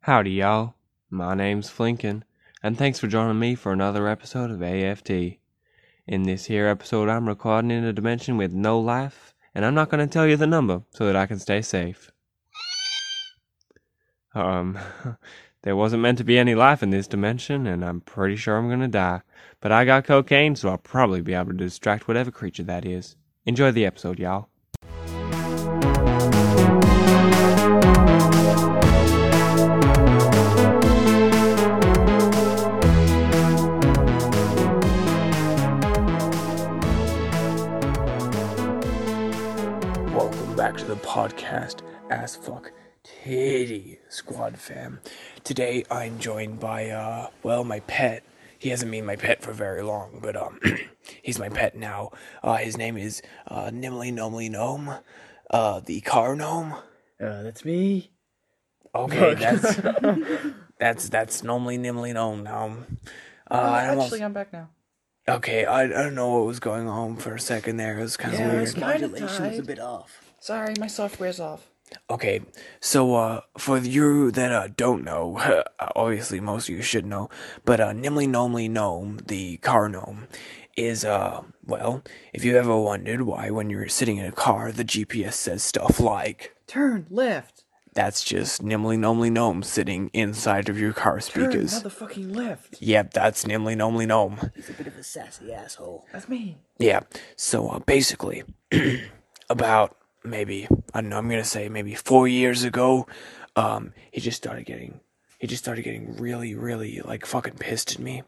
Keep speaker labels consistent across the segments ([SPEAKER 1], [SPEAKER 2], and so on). [SPEAKER 1] Howdy, y'all. My name's Flinkin, and thanks for joining me for another episode of AFT. In this here episode, I'm recording in a dimension with no life, and I'm not going to tell you the number so that I can stay safe. Um, there wasn't meant to be any life in this dimension, and I'm pretty sure I'm going to die. But I got cocaine, so I'll probably be able to distract whatever creature that is. Enjoy the episode, y'all.
[SPEAKER 2] Welcome back to the podcast, As Fuck Titty Squad fam. Today I'm joined by, uh, well, my pet. He hasn't been my pet for very long, but, um, he's my pet now. Uh, his name is, uh, Nimly Nomely Gnome, uh, the car gnome.
[SPEAKER 3] Uh, that's me.
[SPEAKER 2] Okay, that's, that's, that's Nomely Nimly Gnome now. Uh,
[SPEAKER 3] Uh,
[SPEAKER 2] I almost-
[SPEAKER 3] actually, I'm back now.
[SPEAKER 2] okay, I, I don't know what was going on for a second there. It was kind of weird.
[SPEAKER 3] modulation was a bit off. Sorry, my software's off.
[SPEAKER 2] Okay, so uh, for you that uh, don't know, obviously most of you should know, but uh, Nimly Gnomely Gnome, the car gnome, is, uh, well, if you ever wondered why when you're sitting in a car, the GPS says stuff like,
[SPEAKER 3] Turn left.
[SPEAKER 2] that's just Nimly Gnomely Gnome sitting inside of your car
[SPEAKER 3] Turn
[SPEAKER 2] speakers.
[SPEAKER 3] motherfucking left.
[SPEAKER 2] Yep, that's Nimly Gnomely Gnome.
[SPEAKER 3] That's me.
[SPEAKER 2] Yeah. So uh, basically, about maybe I don't know. I'm gonna say maybe four years ago, um, he just started getting he just started getting really, really like fucking pissed at me,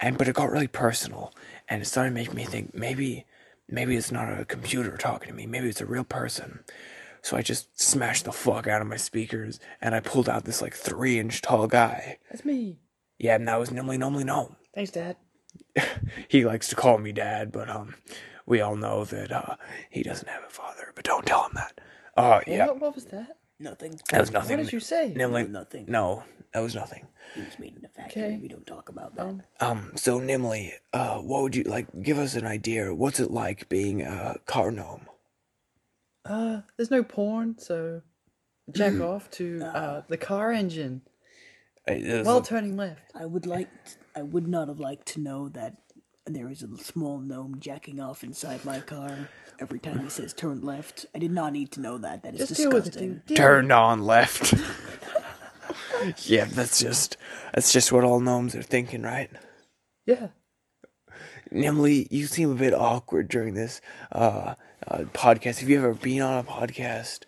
[SPEAKER 2] and but it got really personal, and it started making me think maybe maybe it's not a computer talking to me. Maybe it's a real person. So I just smashed the fuck out of my speakers, and I pulled out this like three inch tall guy.
[SPEAKER 3] That's me.
[SPEAKER 2] Yeah, and that was Nimly Nomly Gnome
[SPEAKER 3] Thanks, Dad.
[SPEAKER 2] he likes to call me dad, but um, we all know that uh, he doesn't have a father. But don't tell him that. Uh, yeah,
[SPEAKER 3] What, what was that?
[SPEAKER 4] Nothing.
[SPEAKER 2] that was
[SPEAKER 3] What
[SPEAKER 2] nothing.
[SPEAKER 3] did you say?
[SPEAKER 2] Nimly,
[SPEAKER 4] nothing.
[SPEAKER 2] No, that was nothing.
[SPEAKER 4] He was made in a factory.
[SPEAKER 3] Okay.
[SPEAKER 4] We don't talk about that.
[SPEAKER 2] Um, so Nimly, uh, what would you like? Give us an idea. What's it like being a car gnome?
[SPEAKER 3] Uh, there's no porn, so jack off to uh, the car engine
[SPEAKER 2] Uh, is-
[SPEAKER 3] while turning left.
[SPEAKER 4] I would like. t I I would not have liked to know that there is a small gnome jacking off inside my car every time he says turn left. I did not need to know that. That is
[SPEAKER 3] Just deal with it,
[SPEAKER 4] disgusting.
[SPEAKER 3] dude. Deal
[SPEAKER 2] turned on left. yeah, that's just that's just what all gnomes are thinking, right?
[SPEAKER 3] with it. Yeah.
[SPEAKER 2] Emily, you seem a bit awkward during this uh, uh, podcast. Have you ever been on a podcast?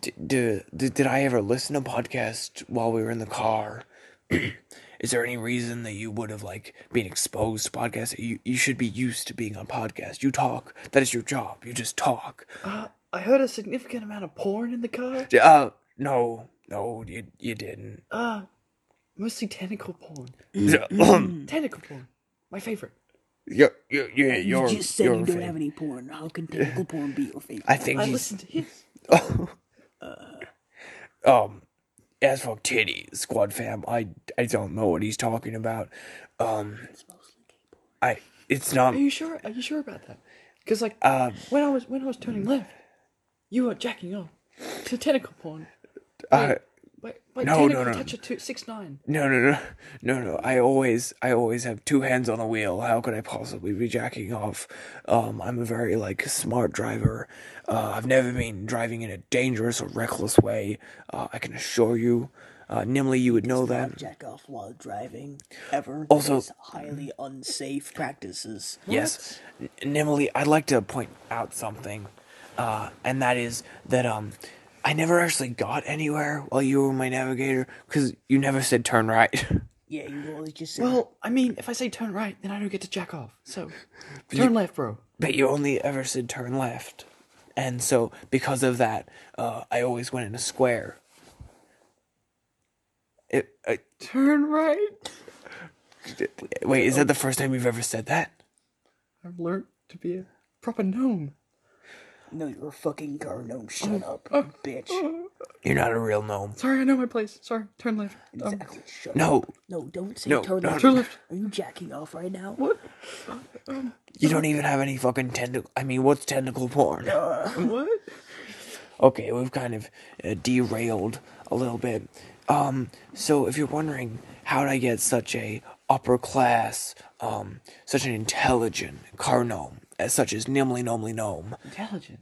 [SPEAKER 2] D- d- d- did I ever listen to podcast while we were in the car? Is there any reason that you would have like been exposed to podcasts? You you should be used to being on podcast. You talk. That is your job. You just talk.
[SPEAKER 3] Uh, I heard a significant amount of porn in the car.
[SPEAKER 2] D- Uh, no, no, you you didn't.
[SPEAKER 3] Uh, mostly tentacle porn.
[SPEAKER 2] you're
[SPEAKER 3] Tentacle porn. My favorite.
[SPEAKER 2] you're you're, you're,
[SPEAKER 4] you just said
[SPEAKER 2] you're
[SPEAKER 4] you
[SPEAKER 2] a
[SPEAKER 4] don't
[SPEAKER 2] fan.
[SPEAKER 4] have any porn. How can tentacle porn be your favorite?
[SPEAKER 2] I think
[SPEAKER 3] I
[SPEAKER 2] he's
[SPEAKER 3] listened to his.
[SPEAKER 2] um as for titty squad fam i i don't know what he's talking about um i it's not
[SPEAKER 3] Are you sure? Are you sure about that? Because like
[SPEAKER 2] uh
[SPEAKER 3] when I was when I was turning left, you were jacking off to tentacle porn.
[SPEAKER 2] uh
[SPEAKER 3] Wait, wait,
[SPEAKER 2] No, no,
[SPEAKER 3] tentacle
[SPEAKER 2] no.
[SPEAKER 3] toucher two six nine.
[SPEAKER 2] no no no no no i always i always have two hands on the wheel how could i possibly be jacking off um i'm a very like smart driver uh i've never been driving in a dangerous or reckless way uh i can assure you uh nimly you would know that
[SPEAKER 4] jack off while driving ever.
[SPEAKER 2] Also-
[SPEAKER 4] That is highly unsafe practices.
[SPEAKER 2] Yes, N- Nimily, I'd like to point out something, uh, and that is that um, I never actually got anywhere while you were my navigator because you never said turn right.
[SPEAKER 4] Yeah, you always just say
[SPEAKER 3] Well, I mean, if I say turn right, then I don't get to jack off. So turn left, bro.
[SPEAKER 2] but you only ever said turn left, and so because of that, uh, I always went in a square. It, I,
[SPEAKER 3] Turn right.
[SPEAKER 2] wait, is that the first time you've ever said that?
[SPEAKER 3] I've learned to be a proper gnome.
[SPEAKER 4] no. You're a fucking car gnome. Shut
[SPEAKER 3] Oh,
[SPEAKER 4] up, bitch.
[SPEAKER 2] You're not a real gnome.
[SPEAKER 3] Sorry, I know my place. Sorry, turn left. Um,
[SPEAKER 4] Exactly. Shut up.
[SPEAKER 2] No,
[SPEAKER 4] No, don't say
[SPEAKER 2] No,
[SPEAKER 4] turn
[SPEAKER 2] no,
[SPEAKER 4] left.
[SPEAKER 2] no.
[SPEAKER 4] Are you jacking off right now?
[SPEAKER 3] what?
[SPEAKER 2] you don't even have any fucking tentacle. I mean, what's tentacle porn?
[SPEAKER 3] What?
[SPEAKER 2] Okay, we've kind of uh, derailed a little bit. Um, so if you're wondering how did I get such a upper class, um, such an intelligent car gnome, as such as Nimly Gnomely Gnome,
[SPEAKER 3] Intelligent.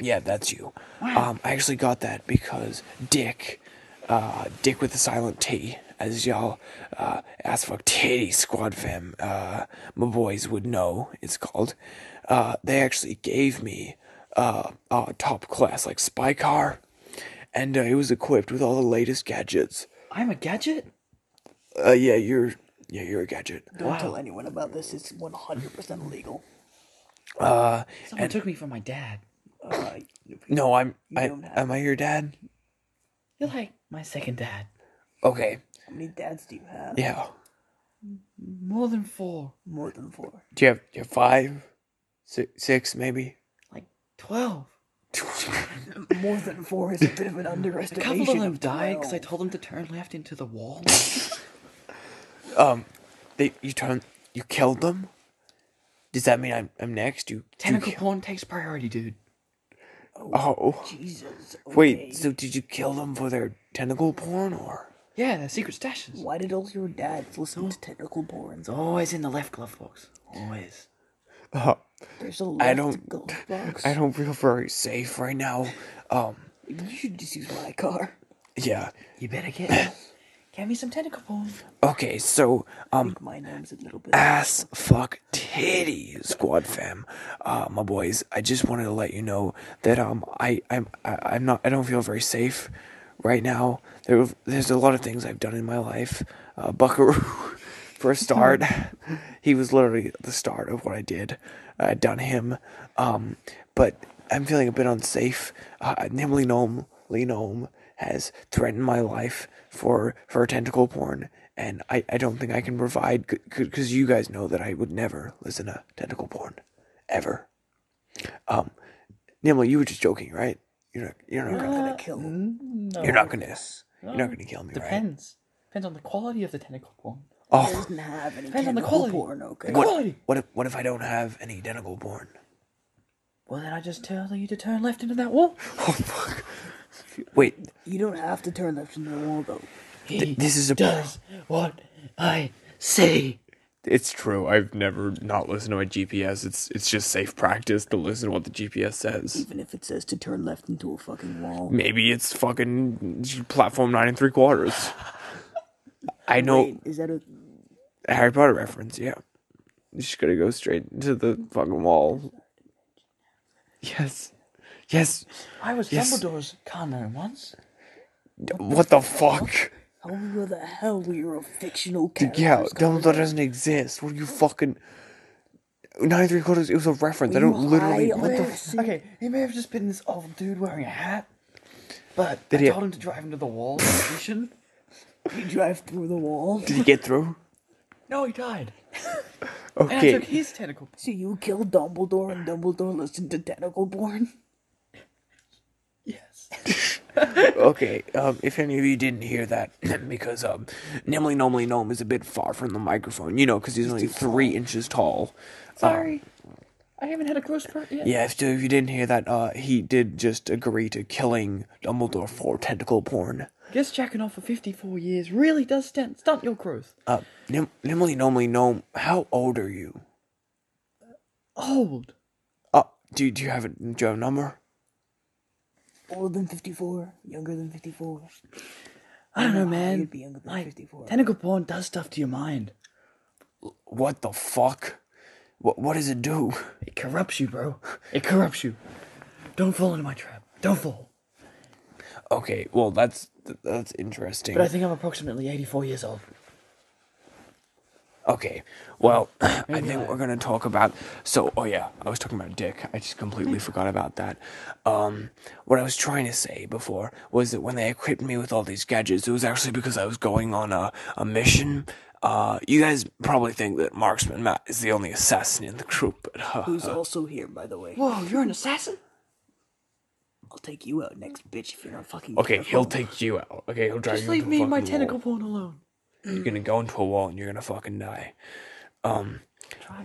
[SPEAKER 2] yeah, that's you. Um, I actually got that because Dick, uh, Dick with the silent T, as y'all uh, ass fuck titty squad fam, uh, my boys would know it's called. Uh, they actually gave me uh, a top class like spy car, and uh, it was equipped with all the latest gadgets.
[SPEAKER 3] I'm a gadget?
[SPEAKER 2] Uh, yeah, you're yeah you're a gadget.
[SPEAKER 4] Don't tell anyone about this. It's 100% legal.
[SPEAKER 3] Someone took me for my dad.
[SPEAKER 4] Uh,
[SPEAKER 2] Uh, No, I'm
[SPEAKER 4] You
[SPEAKER 2] I
[SPEAKER 4] don't have-
[SPEAKER 2] am I your dad?
[SPEAKER 3] You're like my second dad.
[SPEAKER 2] Okay,
[SPEAKER 4] how many dads do you have?
[SPEAKER 2] yeah.
[SPEAKER 3] More than four.
[SPEAKER 4] More than four.
[SPEAKER 2] Do you have do you have five, six, six maybe?
[SPEAKER 3] Like twelve.
[SPEAKER 4] More than four is Um, a bit of an
[SPEAKER 3] A
[SPEAKER 4] underestimation.
[SPEAKER 3] couple of them died
[SPEAKER 4] died
[SPEAKER 3] because I told them to turn left into the wall.
[SPEAKER 2] Um, they you turn you killed them. Does that mean I'm I'm next? You you
[SPEAKER 3] Tentacle porn takes priority, dude.
[SPEAKER 2] kill- oh
[SPEAKER 4] Jesus. okay.
[SPEAKER 2] wait, so did you kill them for their tentacle porn or?
[SPEAKER 3] Yeah, they're secret stashes.
[SPEAKER 4] Why did all your dads listen to technical porn?
[SPEAKER 3] It's always in the left glove box. Always.
[SPEAKER 4] There's a left
[SPEAKER 2] don't-
[SPEAKER 4] glove box.
[SPEAKER 2] I don't feel very safe right now. Um,
[SPEAKER 4] You should just use my car.
[SPEAKER 2] yeah.
[SPEAKER 3] You better get get me some tentacle porn.
[SPEAKER 2] Okay, so um,
[SPEAKER 4] My name's a little bit.
[SPEAKER 2] ass fuck titty squad fam uh my boys i just wanted to let you know that um i i'm I, i'm not i don't feel very safe right now there there's a lot of things i've done in my life uh buckaroo for a start he was literally the start of what i did i done him um but i'm feeling a bit unsafe uh namely gnome Lee gnome has threatened my life for for tentacle porn and I, I don't think I can provide because you guys know that I would never listen to tentacle porn, ever. Um, Nimble, you were just joking, right? You're not you're not gonna
[SPEAKER 3] Uh,
[SPEAKER 4] gonna kill.
[SPEAKER 3] Mm, No.
[SPEAKER 2] you're not gonna you're not gonna kill me, right?
[SPEAKER 3] Depends. Depends on the quality of the tentacle porn.
[SPEAKER 4] He
[SPEAKER 2] Oh,
[SPEAKER 4] doesn't have any
[SPEAKER 3] Depends on the
[SPEAKER 4] technical
[SPEAKER 3] quality.
[SPEAKER 4] porn, okay?
[SPEAKER 2] what
[SPEAKER 3] quality.
[SPEAKER 2] what if, what if I don't have any tentacle porn?
[SPEAKER 3] Well, then I just tell you to turn left into that wall.
[SPEAKER 2] Oh fuck! Wait,
[SPEAKER 4] You don't have to turn left into the wall, though.
[SPEAKER 3] He
[SPEAKER 2] this is a-
[SPEAKER 3] does what I say.
[SPEAKER 5] It's true. I've never not listened to my GPS. It's it's just safe practice to listen to what the GPS says.
[SPEAKER 4] Even if it says to turn left into a fucking wall.
[SPEAKER 5] Maybe it's fucking platform nine and three quarters. I know
[SPEAKER 4] Wait, is that a.
[SPEAKER 5] Harry Potter reference. Yeah, you just gotta go straight into the fucking wall. Yes, yes.
[SPEAKER 3] I was
[SPEAKER 5] Yes.
[SPEAKER 3] Dumbledore's car gnome once.
[SPEAKER 5] What the fuck?
[SPEAKER 4] How were oh, the hell were you a fictional character?
[SPEAKER 5] Yeah, Dumbledore doesn't exist. What are you fucking? Nine and three quarters. It was a reference. I don't literally.
[SPEAKER 4] on
[SPEAKER 5] What the?
[SPEAKER 4] this?
[SPEAKER 3] Okay, he may have just been this old dude wearing a hat, but
[SPEAKER 5] Did
[SPEAKER 3] I
[SPEAKER 5] he-
[SPEAKER 3] told him to drive into the wall. and he shouldn't.
[SPEAKER 4] You drive through the wall.
[SPEAKER 5] Did he get through?
[SPEAKER 3] No, he died. And I
[SPEAKER 5] Okay.
[SPEAKER 3] took his tentacle.
[SPEAKER 4] So you killed Dumbledore and Dumbledore listened to Tentacle Porn?
[SPEAKER 3] Yes.
[SPEAKER 2] Okay, um, if any of you didn't hear that, because um, Nimly Gnomely Gnome is a bit far from the microphone, you know, because he's only three inches tall. Um,
[SPEAKER 3] Sorry, I haven't had a growth spurt yet.
[SPEAKER 2] Yeah, if, if you didn't hear that, uh, he did just agree to killing Dumbledore for tentacle porn.
[SPEAKER 3] Guess jacking off for 54 years really does stunt, stunt your growth.
[SPEAKER 2] Uh, Nim- Nimly Gnomely Gnome, how old are you?
[SPEAKER 3] Old.
[SPEAKER 2] Uh, do, do you have a, do you have a number?
[SPEAKER 4] Older than 54, younger than 54.
[SPEAKER 3] I don't know,
[SPEAKER 4] know how
[SPEAKER 3] man.
[SPEAKER 4] you'd be younger than
[SPEAKER 3] Like,
[SPEAKER 4] 54.
[SPEAKER 3] Tentacle porn does stuff to your mind.
[SPEAKER 2] What the fuck? What, what does it do?
[SPEAKER 3] It corrupts you, bro. It corrupts you. Don't fall into my trap. Don't fall.
[SPEAKER 2] Okay, well, that's that's interesting.
[SPEAKER 3] But I think I'm approximately 84 years old.
[SPEAKER 2] Okay, well, I think we're gonna talk about. So, oh yeah, I was talking about Dick. I just
[SPEAKER 3] Mm-hmm.
[SPEAKER 2] completely forgot about that. Um, what I was trying to say before was that when they equipped me with all these gadgets, it was actually because I was going on a a mission. Uh, you guys probably think that Marksman Matt is the only assassin in the group, but uh,
[SPEAKER 4] Who's also here, by the way?
[SPEAKER 3] Whoa, you're an assassin?
[SPEAKER 4] I'll take you out next, bitch, if you're not fucking.
[SPEAKER 5] Okay,
[SPEAKER 4] careful.
[SPEAKER 5] he'll take you out. Okay, he'll drive
[SPEAKER 3] Just
[SPEAKER 5] you
[SPEAKER 3] leave
[SPEAKER 5] into
[SPEAKER 3] me
[SPEAKER 5] a
[SPEAKER 3] and my
[SPEAKER 5] fucking wall.
[SPEAKER 3] tentacle porn alone.
[SPEAKER 2] you're gonna go into a wall and you're gonna fucking die.
[SPEAKER 3] Drive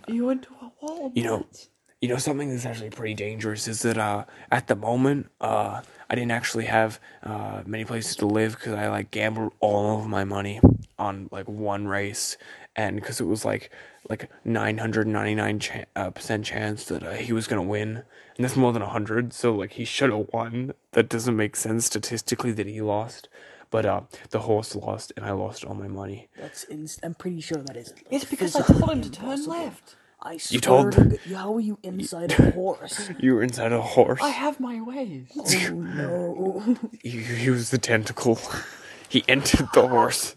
[SPEAKER 3] you into a wall.
[SPEAKER 2] You know,
[SPEAKER 3] Matt.
[SPEAKER 2] you know something that's actually pretty dangerous is that uh at the moment uh I didn't actually have uh many places to live because I like gambled all of my money on like one race and because it was like like 999 cha- uh, percent chance that uh, he was gonna win and that's more than 100 so like he should have won that doesn't make sense statistically that he lost but uh the horse lost and I lost all my money
[SPEAKER 4] That's ins- I'm pretty sure that isn't.
[SPEAKER 6] It's because I
[SPEAKER 4] physically
[SPEAKER 6] told him to turn
[SPEAKER 4] impossible.
[SPEAKER 6] left.
[SPEAKER 4] I swear
[SPEAKER 2] You told
[SPEAKER 4] to g- how are you inside a horse?
[SPEAKER 2] you were inside a horse
[SPEAKER 6] I have my ways.
[SPEAKER 4] oh no!
[SPEAKER 2] he used the tentacle. he entered the horse.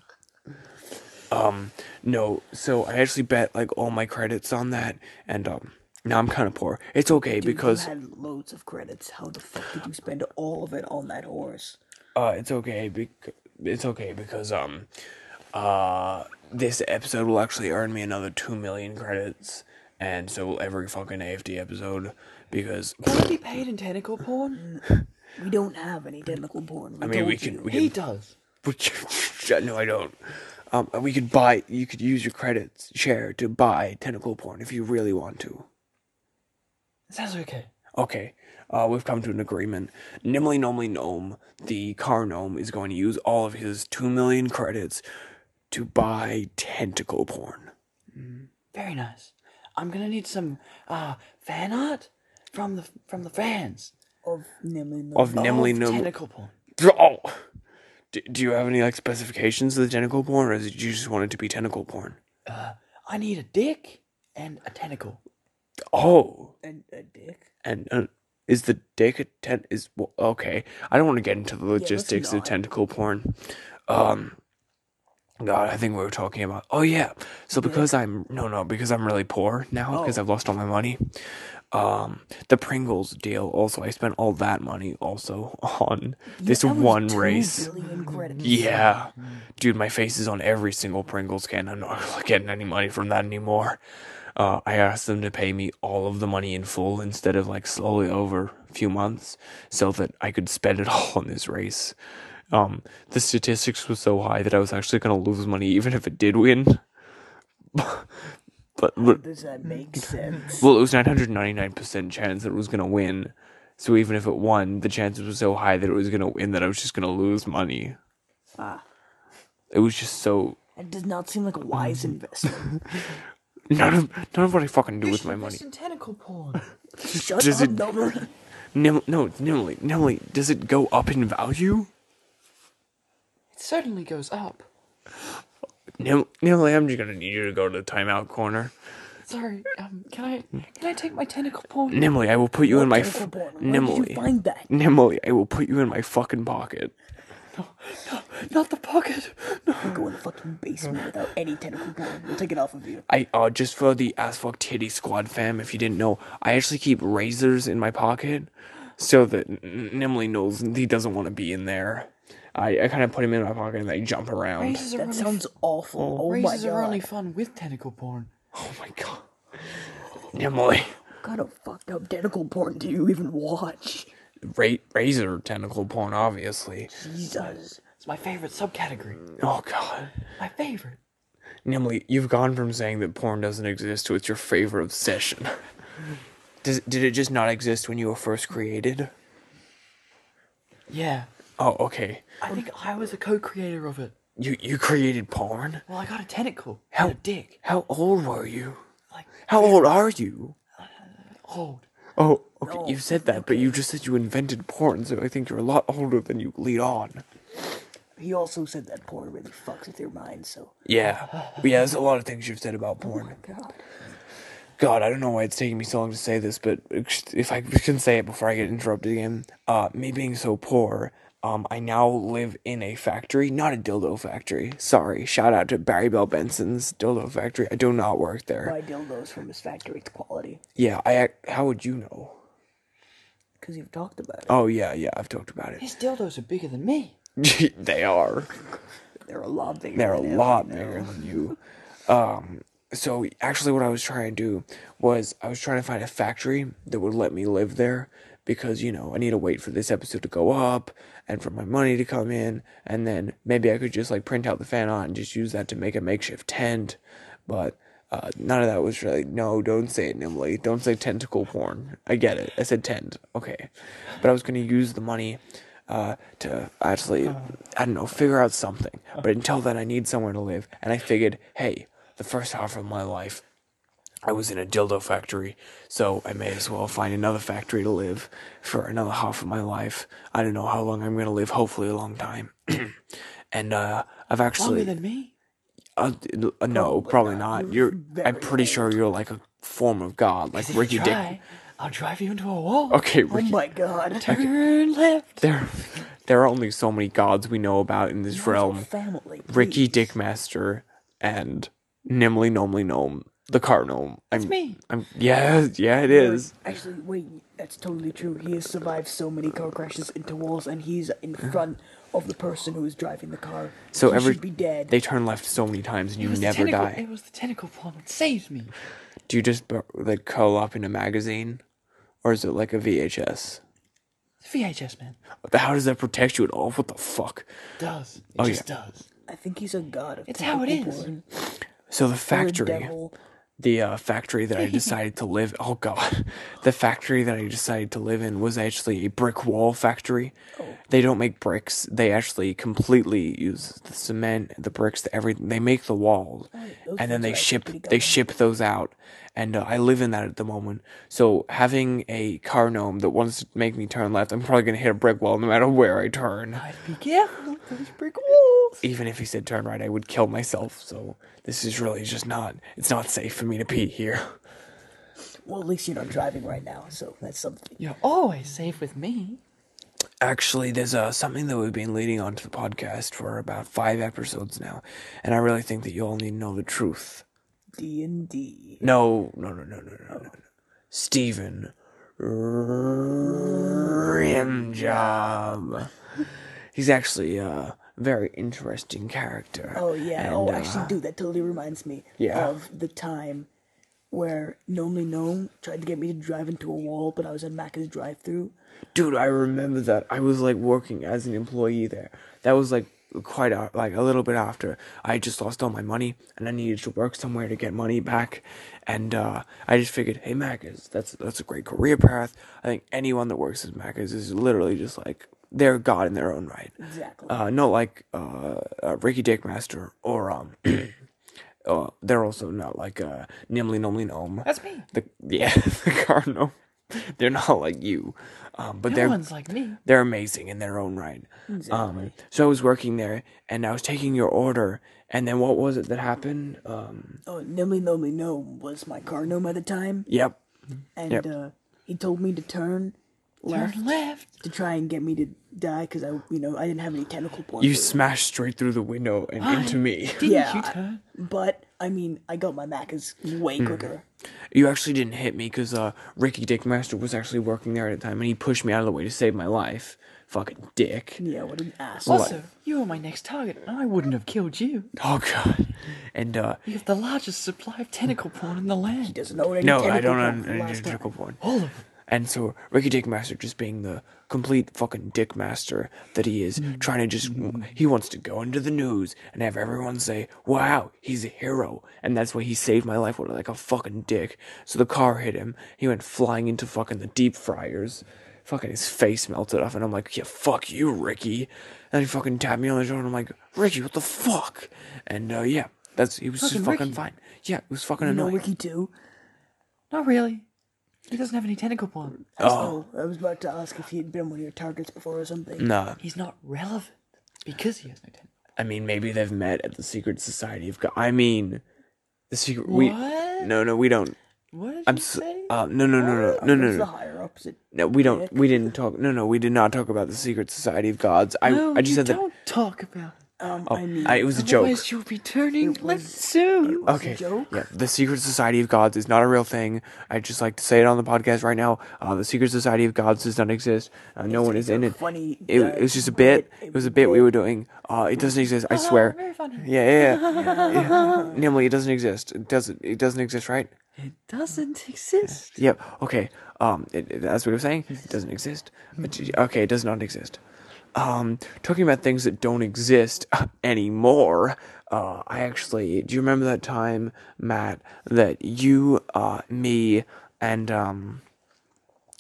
[SPEAKER 2] Um, no, so I actually bet like all my credits on that, and um, now I'm kind of poor. It's okay
[SPEAKER 4] Dude,
[SPEAKER 2] because
[SPEAKER 4] you had loads of credits. How the fuck did you spend all of it on that horse?
[SPEAKER 2] uh, it's okay bec- it's okay because um, uh, this episode will actually earn me another two million credits, and so will every fucking AFD episode because
[SPEAKER 6] Can I be paid in tentacle porn?
[SPEAKER 4] We don't have any tentacle porn.
[SPEAKER 2] I mean we can we
[SPEAKER 6] He
[SPEAKER 2] can
[SPEAKER 6] does.
[SPEAKER 2] no, I don't. Um, we could buy. You could use your credits share to buy tentacle porn if you really want to.
[SPEAKER 6] Sounds okay.
[SPEAKER 2] Okay, uh, we've come to an agreement. Nimly Nomly Gnome, the car gnome, is going to use all of his two million credits to buy tentacle porn.
[SPEAKER 6] Very nice. I'm gonna need some uh, fan art from the from the fans
[SPEAKER 4] Of Nimly
[SPEAKER 2] Of Nimly
[SPEAKER 6] of
[SPEAKER 2] Nomly.
[SPEAKER 6] tentacle porn.
[SPEAKER 2] Oh, do, do you have any like specifications of the tentacle porn, or is it you just want it to be tentacle porn?
[SPEAKER 6] I need a dick and a tentacle.
[SPEAKER 2] Oh,
[SPEAKER 4] and a dick.
[SPEAKER 2] and uh, is the dick a tent is well, okay i don't want to get into the logistics of
[SPEAKER 4] not.
[SPEAKER 2] tentacle porn um god i think we were talking about oh yeah so because i'm no no because i'm really poor now
[SPEAKER 4] Oh.
[SPEAKER 2] because i've lost all my money um the pringles deal also i spent all that money also on this
[SPEAKER 4] That was
[SPEAKER 2] one
[SPEAKER 4] two
[SPEAKER 2] race
[SPEAKER 4] billion credits.
[SPEAKER 2] yeah dude my face is on every single pringles can i'm not really getting any money from that anymore uh, I asked them to pay me all of the money in full instead of like slowly over a few months so that I could spend it all on this race. Um, the statistics were so high that I was actually going to lose money even if it did win. but, but,
[SPEAKER 4] Does that make sense?
[SPEAKER 2] well, it was 999% chance that it was going to win. So even if it won, the chances were so high that it was going to win that I was just going to lose money. It was just so.
[SPEAKER 4] Ah, That does not seem like a
[SPEAKER 2] Mm.
[SPEAKER 4] wise investment.
[SPEAKER 2] None of, none of what I fucking do with my money.
[SPEAKER 6] in tentacle porn.
[SPEAKER 4] Shut
[SPEAKER 2] Does
[SPEAKER 4] up,
[SPEAKER 2] it-
[SPEAKER 4] Nimly.
[SPEAKER 2] Nim- no, Nimly, Nimly, does it go up in value?
[SPEAKER 6] It certainly goes up.
[SPEAKER 2] Nim- Nimly, I'm just gonna need you to go to the timeout corner.
[SPEAKER 6] Sorry. Um. Can I can I take my tentacle porn?
[SPEAKER 2] Nimly, I will put you in my
[SPEAKER 4] Tentacle
[SPEAKER 2] f-
[SPEAKER 4] porn. Where did you
[SPEAKER 2] Nimly.
[SPEAKER 4] find that?
[SPEAKER 2] Nimly, I will put you in my fucking pocket.
[SPEAKER 6] Not the pocket.
[SPEAKER 4] Go in the fucking basement without any tentacle porn. We'll take it off of you.
[SPEAKER 2] I uh just for the as fuck titty squad fam, if you didn't know, I actually keep razors in my pocket so that N- N- Nimly knows he doesn't want to be in there. I, I kind of put him in my pocket and they jump around.
[SPEAKER 6] Razors are
[SPEAKER 4] That
[SPEAKER 6] only
[SPEAKER 4] sounds awful. Oh, my
[SPEAKER 6] razors
[SPEAKER 4] god.
[SPEAKER 6] are only fun with tentacle porn.
[SPEAKER 2] Oh my god, Nimly,
[SPEAKER 4] What kind of fucked up tentacle porn do you even watch?
[SPEAKER 2] Ra- razor tentacle porn, obviously.
[SPEAKER 4] Jesus.
[SPEAKER 6] It's my favorite subcategory.
[SPEAKER 2] Oh god.
[SPEAKER 6] My favorite.
[SPEAKER 2] Nimly, you've gone from saying that porn doesn't exist to it's your favorite obsession. Does, did it just not exist when you were first created?
[SPEAKER 6] Yeah.
[SPEAKER 2] Oh, okay.
[SPEAKER 6] I think I was a co-creator of it.
[SPEAKER 2] You you created porn?
[SPEAKER 6] Well, I got a tentacle.
[SPEAKER 2] How
[SPEAKER 6] and a dick.
[SPEAKER 2] How old were you?
[SPEAKER 6] Like
[SPEAKER 2] How old are you?
[SPEAKER 6] old.
[SPEAKER 2] Oh, okay. You've said that, but you just said you invented porn, so I think you're a lot older than you lead on.
[SPEAKER 4] He also said that porn really fucks with your mind, so.
[SPEAKER 2] Yeah. Yeah, there's a lot of things you've said about porn.
[SPEAKER 4] God.
[SPEAKER 2] God, I don't know why it's taking me so long to say this, but if I can say it before I get interrupted again, uh, me being so poor, um, I now live in a factory, not a dildo factory. Sorry, shout out to Barry Bell Benson's dildo factory. I do not work there.
[SPEAKER 4] Buy dildos from his factory. It's quality.
[SPEAKER 2] Yeah, I. ac- How would you know?
[SPEAKER 4] Because you've talked about it.
[SPEAKER 2] Oh yeah, yeah, I've talked about
[SPEAKER 6] His dildos are bigger than me.
[SPEAKER 2] it. they are.
[SPEAKER 4] They're a lot bigger.
[SPEAKER 2] They're a
[SPEAKER 4] than him.
[SPEAKER 2] lot bigger than you. Um, so actually, what I was trying to do was I was trying to find a factory that would let me live there because you know I need to wait for this episode to go up and for my money to come in, and then maybe I could just like print out the fan art and just use that to make a makeshift tent. But Uh, none of that was really. No, don't say it, Nimbley. Don't say tentacle porn. I get it. I said tent. Okay, but I was gonna use the money uh, to actually, I don't know, figure out something. But until then, I need somewhere to live. And I figured, hey, the first half of my life, I was in a dildo factory, so I may as well find another factory to live for another half of my life. I don't know how long I'm gonna live. Hopefully, a long time. and uh, I've actually
[SPEAKER 3] Longer than me.
[SPEAKER 2] uh, d- uh, no, probably not. You're. I'm pretty sure you're like a form of god, like
[SPEAKER 3] If you
[SPEAKER 2] Ricky Dick.
[SPEAKER 3] try, I'll drive you into a wall.
[SPEAKER 2] Okay,
[SPEAKER 4] Oh
[SPEAKER 2] Ricky.
[SPEAKER 4] my god.
[SPEAKER 3] Turn left.
[SPEAKER 2] there, there are only so many gods we know about in this realm.
[SPEAKER 4] Family. please.
[SPEAKER 2] Ricky Dickmaster and Nimly Nomly Gnome, the car gnome. I'm,
[SPEAKER 3] me.
[SPEAKER 2] I'm. Yeah, yeah, it is.
[SPEAKER 4] Actually, wait, that's totally true. He has survived so many car crashes into walls, and he's in front of the person who is driving the car.
[SPEAKER 2] So
[SPEAKER 4] he
[SPEAKER 2] every
[SPEAKER 4] should be dead.
[SPEAKER 2] they turn left so many times and you
[SPEAKER 3] It was the
[SPEAKER 2] never
[SPEAKER 3] tentacle-
[SPEAKER 2] die.
[SPEAKER 3] It was the tentacle form that saves me.
[SPEAKER 2] Do you just bu- like curl up in a magazine, or is it like a VHS?
[SPEAKER 3] It's VHS man.
[SPEAKER 2] How does that protect you at all? What the fuck?
[SPEAKER 3] It does. It
[SPEAKER 2] Oh,
[SPEAKER 3] just does.
[SPEAKER 4] I think he's a god of
[SPEAKER 3] It's how it
[SPEAKER 4] tentacle
[SPEAKER 3] is.
[SPEAKER 4] porn.
[SPEAKER 2] So the
[SPEAKER 4] Or a
[SPEAKER 2] factory.
[SPEAKER 4] devil.
[SPEAKER 2] the uh, factory that I decided to live. Oh god, the factory that I decided to live in was actually a brick wall factory.
[SPEAKER 4] Oh.
[SPEAKER 2] They don't make bricks. They actually completely use the cement, the bricks, the everything. They make the wall,
[SPEAKER 4] those
[SPEAKER 2] and then
[SPEAKER 4] things
[SPEAKER 2] they
[SPEAKER 4] are actually
[SPEAKER 2] ship
[SPEAKER 4] pretty
[SPEAKER 2] they
[SPEAKER 4] goddamn
[SPEAKER 2] ship those out. And uh, I live in that at the moment. So having a car gnome that wants to make me turn left, I'm probably gonna hit a brick wall no matter where I turn.
[SPEAKER 3] Be careful with those brick walls.
[SPEAKER 2] Even if he said turn right, I would kill myself. So this is really just not. It's not safe for me to pee here.
[SPEAKER 4] Well, at least you're not driving right now, so that's something.
[SPEAKER 3] You're always safe with me.
[SPEAKER 2] actually there's uh, something that we've been leading on to the podcast for about five episodes now and i really think that you all need to know the truth
[SPEAKER 4] D and D.
[SPEAKER 2] no no no no no no no, no. stephen rimjob he's actually a very interesting character
[SPEAKER 4] Oh yeah.
[SPEAKER 2] And,
[SPEAKER 4] oh,
[SPEAKER 2] uh,
[SPEAKER 4] actually, dude, that totally reminds me
[SPEAKER 2] Yeah.
[SPEAKER 4] of the time where Normally Gnome tried to get me to drive into a wall, but I was at Macca's drive-through.
[SPEAKER 2] dude i remember that i was like working as an employee there that was like quite a, like a little bit after i had just lost all my money and i needed to work somewhere to get money back and uh i just figured hey macca's that's that's a great career path i think anyone that works at macca's is literally just like they're god in their own right
[SPEAKER 4] Exactly.
[SPEAKER 2] uh not like uh, uh ricky dickmaster or um uh, they're also not like uh nimly nomly gnome
[SPEAKER 3] That's me.
[SPEAKER 2] the yeah the car gnome they're not like you um but
[SPEAKER 3] No
[SPEAKER 2] they're
[SPEAKER 3] one's like me.
[SPEAKER 2] they're amazing in their own right. Um, so I was working there, and I was taking your order, and then what was it that happened? Um,
[SPEAKER 4] Oh, Nimly Nomly Gnome was my car gnome at the time,
[SPEAKER 2] yep,
[SPEAKER 4] and
[SPEAKER 2] Yep.
[SPEAKER 4] uh, he told me to turn left
[SPEAKER 3] Turn left.
[SPEAKER 4] to try and get me to die because I, you know, I didn't have any tentacle points.
[SPEAKER 2] you smashed straight through the window and into me.
[SPEAKER 3] Didn't
[SPEAKER 4] Yeah.
[SPEAKER 3] you turn?
[SPEAKER 4] but I mean, I got my Macca's way
[SPEAKER 2] Hmm.
[SPEAKER 4] quicker.
[SPEAKER 2] You actually didn't hit me because uh, Ricky Dickmaster was actually working there at the time, and he pushed me out of the way to save my life. Fucking dick.
[SPEAKER 4] Yeah, what an ass.
[SPEAKER 3] Also, you were my next target, and I wouldn't have killed you.
[SPEAKER 2] Oh god. And uh,
[SPEAKER 3] You have the largest supply of tentacle porn in the land.
[SPEAKER 4] doesn't know any
[SPEAKER 2] no,
[SPEAKER 4] tentacle
[SPEAKER 2] I don't
[SPEAKER 4] porn
[SPEAKER 2] know
[SPEAKER 4] from
[SPEAKER 2] any
[SPEAKER 4] last time.
[SPEAKER 2] tentacle porn. And so Ricky Dickmaster, just being the complete fucking dickmaster that he is,
[SPEAKER 4] Mm.
[SPEAKER 2] trying to just he wants to go into the news and have everyone say, "Wow, he's a hero," and that's why he saved my life with like a fucking dick. So the car hit him. He went flying into fucking the deep fryers. Fucking his face melted off, and I'm like, "Yeah, fuck you, Ricky." And he fucking tapped me on the shoulder, and I'm like, "Ricky, what the fuck?" And uh, yeah, that's he was just fucking fine. Yeah, it was fucking
[SPEAKER 4] No,
[SPEAKER 2] annoying.
[SPEAKER 4] Ricky too.
[SPEAKER 3] Not really. He doesn't have any tentacle porn.
[SPEAKER 4] Oh. I was about to ask if he had been one of your targets before or something.
[SPEAKER 2] Nah,
[SPEAKER 3] He's not relevant because he has no tentacle.
[SPEAKER 2] I mean, maybe they've met at the secret society of God. I mean, the secret. We
[SPEAKER 3] What?
[SPEAKER 2] no, no, we don't.
[SPEAKER 3] What did
[SPEAKER 2] I'm
[SPEAKER 3] you
[SPEAKER 2] s
[SPEAKER 3] say?
[SPEAKER 2] uh, no, no, no, no, no, no,
[SPEAKER 4] It's the
[SPEAKER 2] no,
[SPEAKER 4] higher opposite.
[SPEAKER 2] no. We don't. We didn't talk. No, no, we did not talk about the secret society of gods. I,
[SPEAKER 3] no,
[SPEAKER 2] I just
[SPEAKER 3] you
[SPEAKER 2] said that.
[SPEAKER 3] don't talk about it.
[SPEAKER 4] Um, I mean,
[SPEAKER 2] Oh, I, it was a joke.
[SPEAKER 3] Otherwise, you'll be turning left soon.
[SPEAKER 2] Okay.
[SPEAKER 4] joke?
[SPEAKER 2] Yeah, the secret society of gods is not a real thing. I just like to say it on the podcast right now. Uh, the secret society of gods does not exist. Uh, no one is
[SPEAKER 4] a
[SPEAKER 2] in it.
[SPEAKER 4] funny,
[SPEAKER 2] It,
[SPEAKER 4] uh,
[SPEAKER 2] it was just a bit.
[SPEAKER 4] bit-
[SPEAKER 2] It was a bit we were doing. Uh, it doesn't exist. I swear.
[SPEAKER 3] very funny.
[SPEAKER 2] Yeah, yeah, yeah. yeah. Namely, it doesn't exist. It doesn't. It doesn't exist, right?
[SPEAKER 3] It doesn't exist.
[SPEAKER 2] Yep. Okay. Um, it, it- that's what I was saying. It doesn't exist. But, okay, it does not exist. Um, talking about things that don't exist anymore. Uh, I actually, do you remember that time, Matt, that you, uh, me, and um,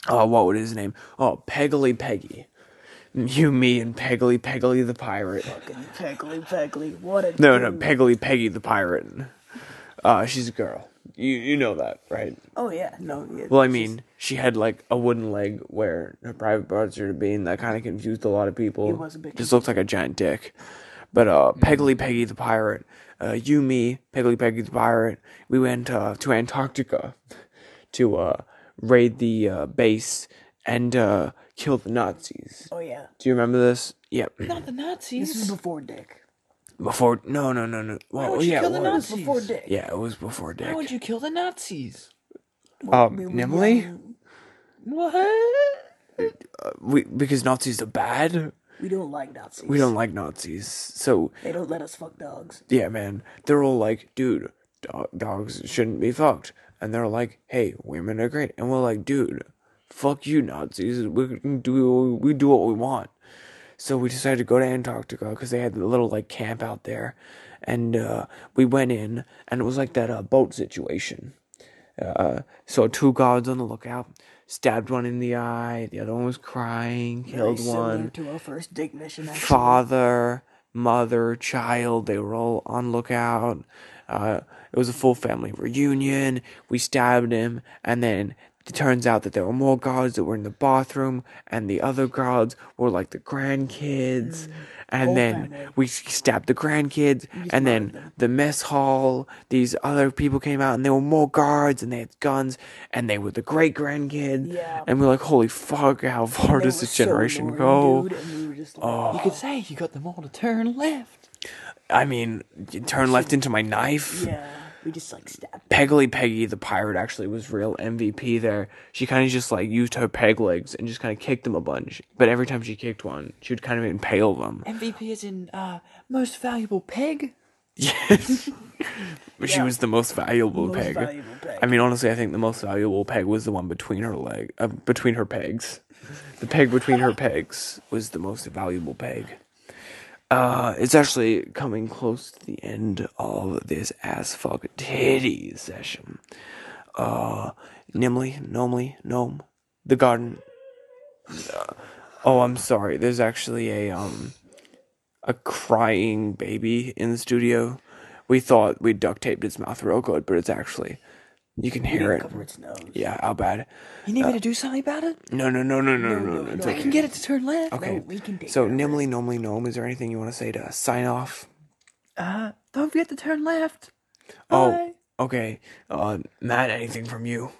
[SPEAKER 2] oh, what was his name? Oh, Peggly Peggy. You, me, and Peggly Peggly the pirate.
[SPEAKER 4] Fucking Peggly Peggly. What a
[SPEAKER 2] No, no,
[SPEAKER 4] good-
[SPEAKER 2] Peggly Peggy the pirate. Uh, she's a girl. You you know that, right?
[SPEAKER 4] Oh yeah, no. Yeah,
[SPEAKER 2] Well, I mean, she had like a wooden leg where her private parts are to be, and that kind of confused a lot of people.
[SPEAKER 4] It was a bit
[SPEAKER 2] Just looked like a giant dick. But uh,
[SPEAKER 3] Mm-hmm.
[SPEAKER 2] Peggly Peggy the pirate, uh, you, me, Peggly Peggy the pirate, we went uh, to Antarctica to uh, raid the uh, base and uh, kill the Nazis.
[SPEAKER 4] oh yeah.
[SPEAKER 2] Do you remember this? Yep.
[SPEAKER 3] Not the Nazis.
[SPEAKER 4] This is before Dick.
[SPEAKER 2] Before no, no, no, no. Well,
[SPEAKER 3] would you
[SPEAKER 2] yeah,
[SPEAKER 3] kill
[SPEAKER 2] it
[SPEAKER 3] the
[SPEAKER 2] was.
[SPEAKER 3] Nazis?
[SPEAKER 4] Before Dick.
[SPEAKER 2] Yeah, it was before Dick.
[SPEAKER 3] Why would you kill the Nazis?
[SPEAKER 2] Um,
[SPEAKER 4] We were
[SPEAKER 2] Nimley?
[SPEAKER 4] young.
[SPEAKER 3] What?
[SPEAKER 2] we because Nazis are bad.
[SPEAKER 4] We don't like Nazis.
[SPEAKER 2] We don't like Nazis. So
[SPEAKER 4] They don't let us fuck dogs.
[SPEAKER 2] yeah, man, they're all like, dude, do- dogs shouldn't be fucked, and they're like, hey, women are great, and we're like, dude, fuck you, Nazis. We can do we do what we want. So we decided to go to Antarctica because they had a little like camp out there, and uh, we went in, and it was like that uh, boat situation. Uh, so two guards on the lookout stabbed one in the eye. The other one was crying.
[SPEAKER 4] Very
[SPEAKER 2] Killed
[SPEAKER 4] similar
[SPEAKER 2] one.
[SPEAKER 4] to our first Dick mission. Actually.
[SPEAKER 2] father, mother, child, they were all on lookout. Uh, it was a full family reunion. We stabbed him, and then it turns out that there were more guards that were in the bathroom, and the other guards were like the
[SPEAKER 4] Mm.
[SPEAKER 2] grandkids. And then we s- stabbed the grandkids, and then the mess hall. These other people came out, and there were more guards, and they had guns, and they were the great grandkids.
[SPEAKER 4] Yeah.
[SPEAKER 2] And we're like, holy fuck, how far
[SPEAKER 4] That
[SPEAKER 2] does
[SPEAKER 4] was
[SPEAKER 2] this
[SPEAKER 4] so
[SPEAKER 2] generation Oh.
[SPEAKER 4] annoying,
[SPEAKER 2] go?
[SPEAKER 4] Dude, and we were just like,
[SPEAKER 3] You could say you got them all to turn left.
[SPEAKER 2] I mean, you turn left into my knife.
[SPEAKER 4] Yeah. We just like stabbed.
[SPEAKER 2] Peggly Peggy the pirate actually was real MVP there. She kind of just like used her peg legs and just kind of kicked them a bunch. But every time she kicked one, she would kind of impale them.
[SPEAKER 3] MVP is in uh, most valuable peg.
[SPEAKER 2] Yes. but she was the most valuable
[SPEAKER 4] Most
[SPEAKER 2] peg.
[SPEAKER 4] valuable peg.
[SPEAKER 2] I mean, honestly, I think the most valuable peg was the one between her leg, uh, between her pegs. The peg between her pegs was the most valuable peg. Uh, it's actually coming close to the end of this ass fuck titty session. Uh, Nimly, Gnomely, Gnome, the garden. Uh, oh, I'm sorry. There's actually a um, a crying baby in the studio. We thought we duct taped its mouth real good, but it's actually you can hear it.
[SPEAKER 4] Cover its nose.
[SPEAKER 2] Yeah, how bad?
[SPEAKER 3] You need me to do something about it?
[SPEAKER 2] No, no, no, no, no, no, no. It's
[SPEAKER 3] I
[SPEAKER 2] okay.
[SPEAKER 3] can get it to turn left.
[SPEAKER 2] Okay.
[SPEAKER 4] we can take
[SPEAKER 2] so, Nimly, Gnomely, Gnome, is there anything you want to say to sign off?
[SPEAKER 3] Uh, don't forget to turn left.
[SPEAKER 2] Oh,
[SPEAKER 3] Bye.
[SPEAKER 2] okay. Uh, Matt, anything from you?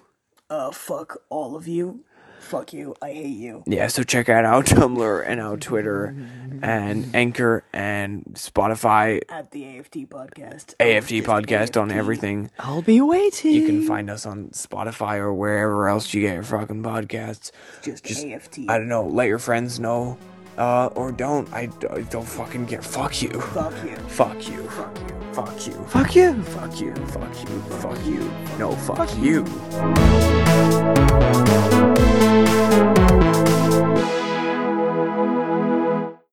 [SPEAKER 4] Uh, fuck all of you. Fuck you. I hate you.
[SPEAKER 2] Yeah, so check out our Tumblr and our Twitter and Anchor and Spotify,
[SPEAKER 4] At the AFT podcast.
[SPEAKER 2] AFT
[SPEAKER 4] Just
[SPEAKER 2] podcast on
[SPEAKER 4] AFT.
[SPEAKER 2] everything.
[SPEAKER 3] I'll be waiting.
[SPEAKER 2] You can find us on Spotify or wherever else you get your fucking podcasts.
[SPEAKER 4] Just,
[SPEAKER 2] Just-
[SPEAKER 4] AFT.
[SPEAKER 2] I don't know. Let your friends know, uh, or don't. I, I don't fucking get. Fuck you.
[SPEAKER 4] Fuck you.
[SPEAKER 2] Fuck you. Fuck you. Fuck you. Fuck you. Fuck you. Fuck you. Fuck you. No, fuck, you.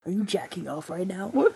[SPEAKER 4] Are you jacking off right now?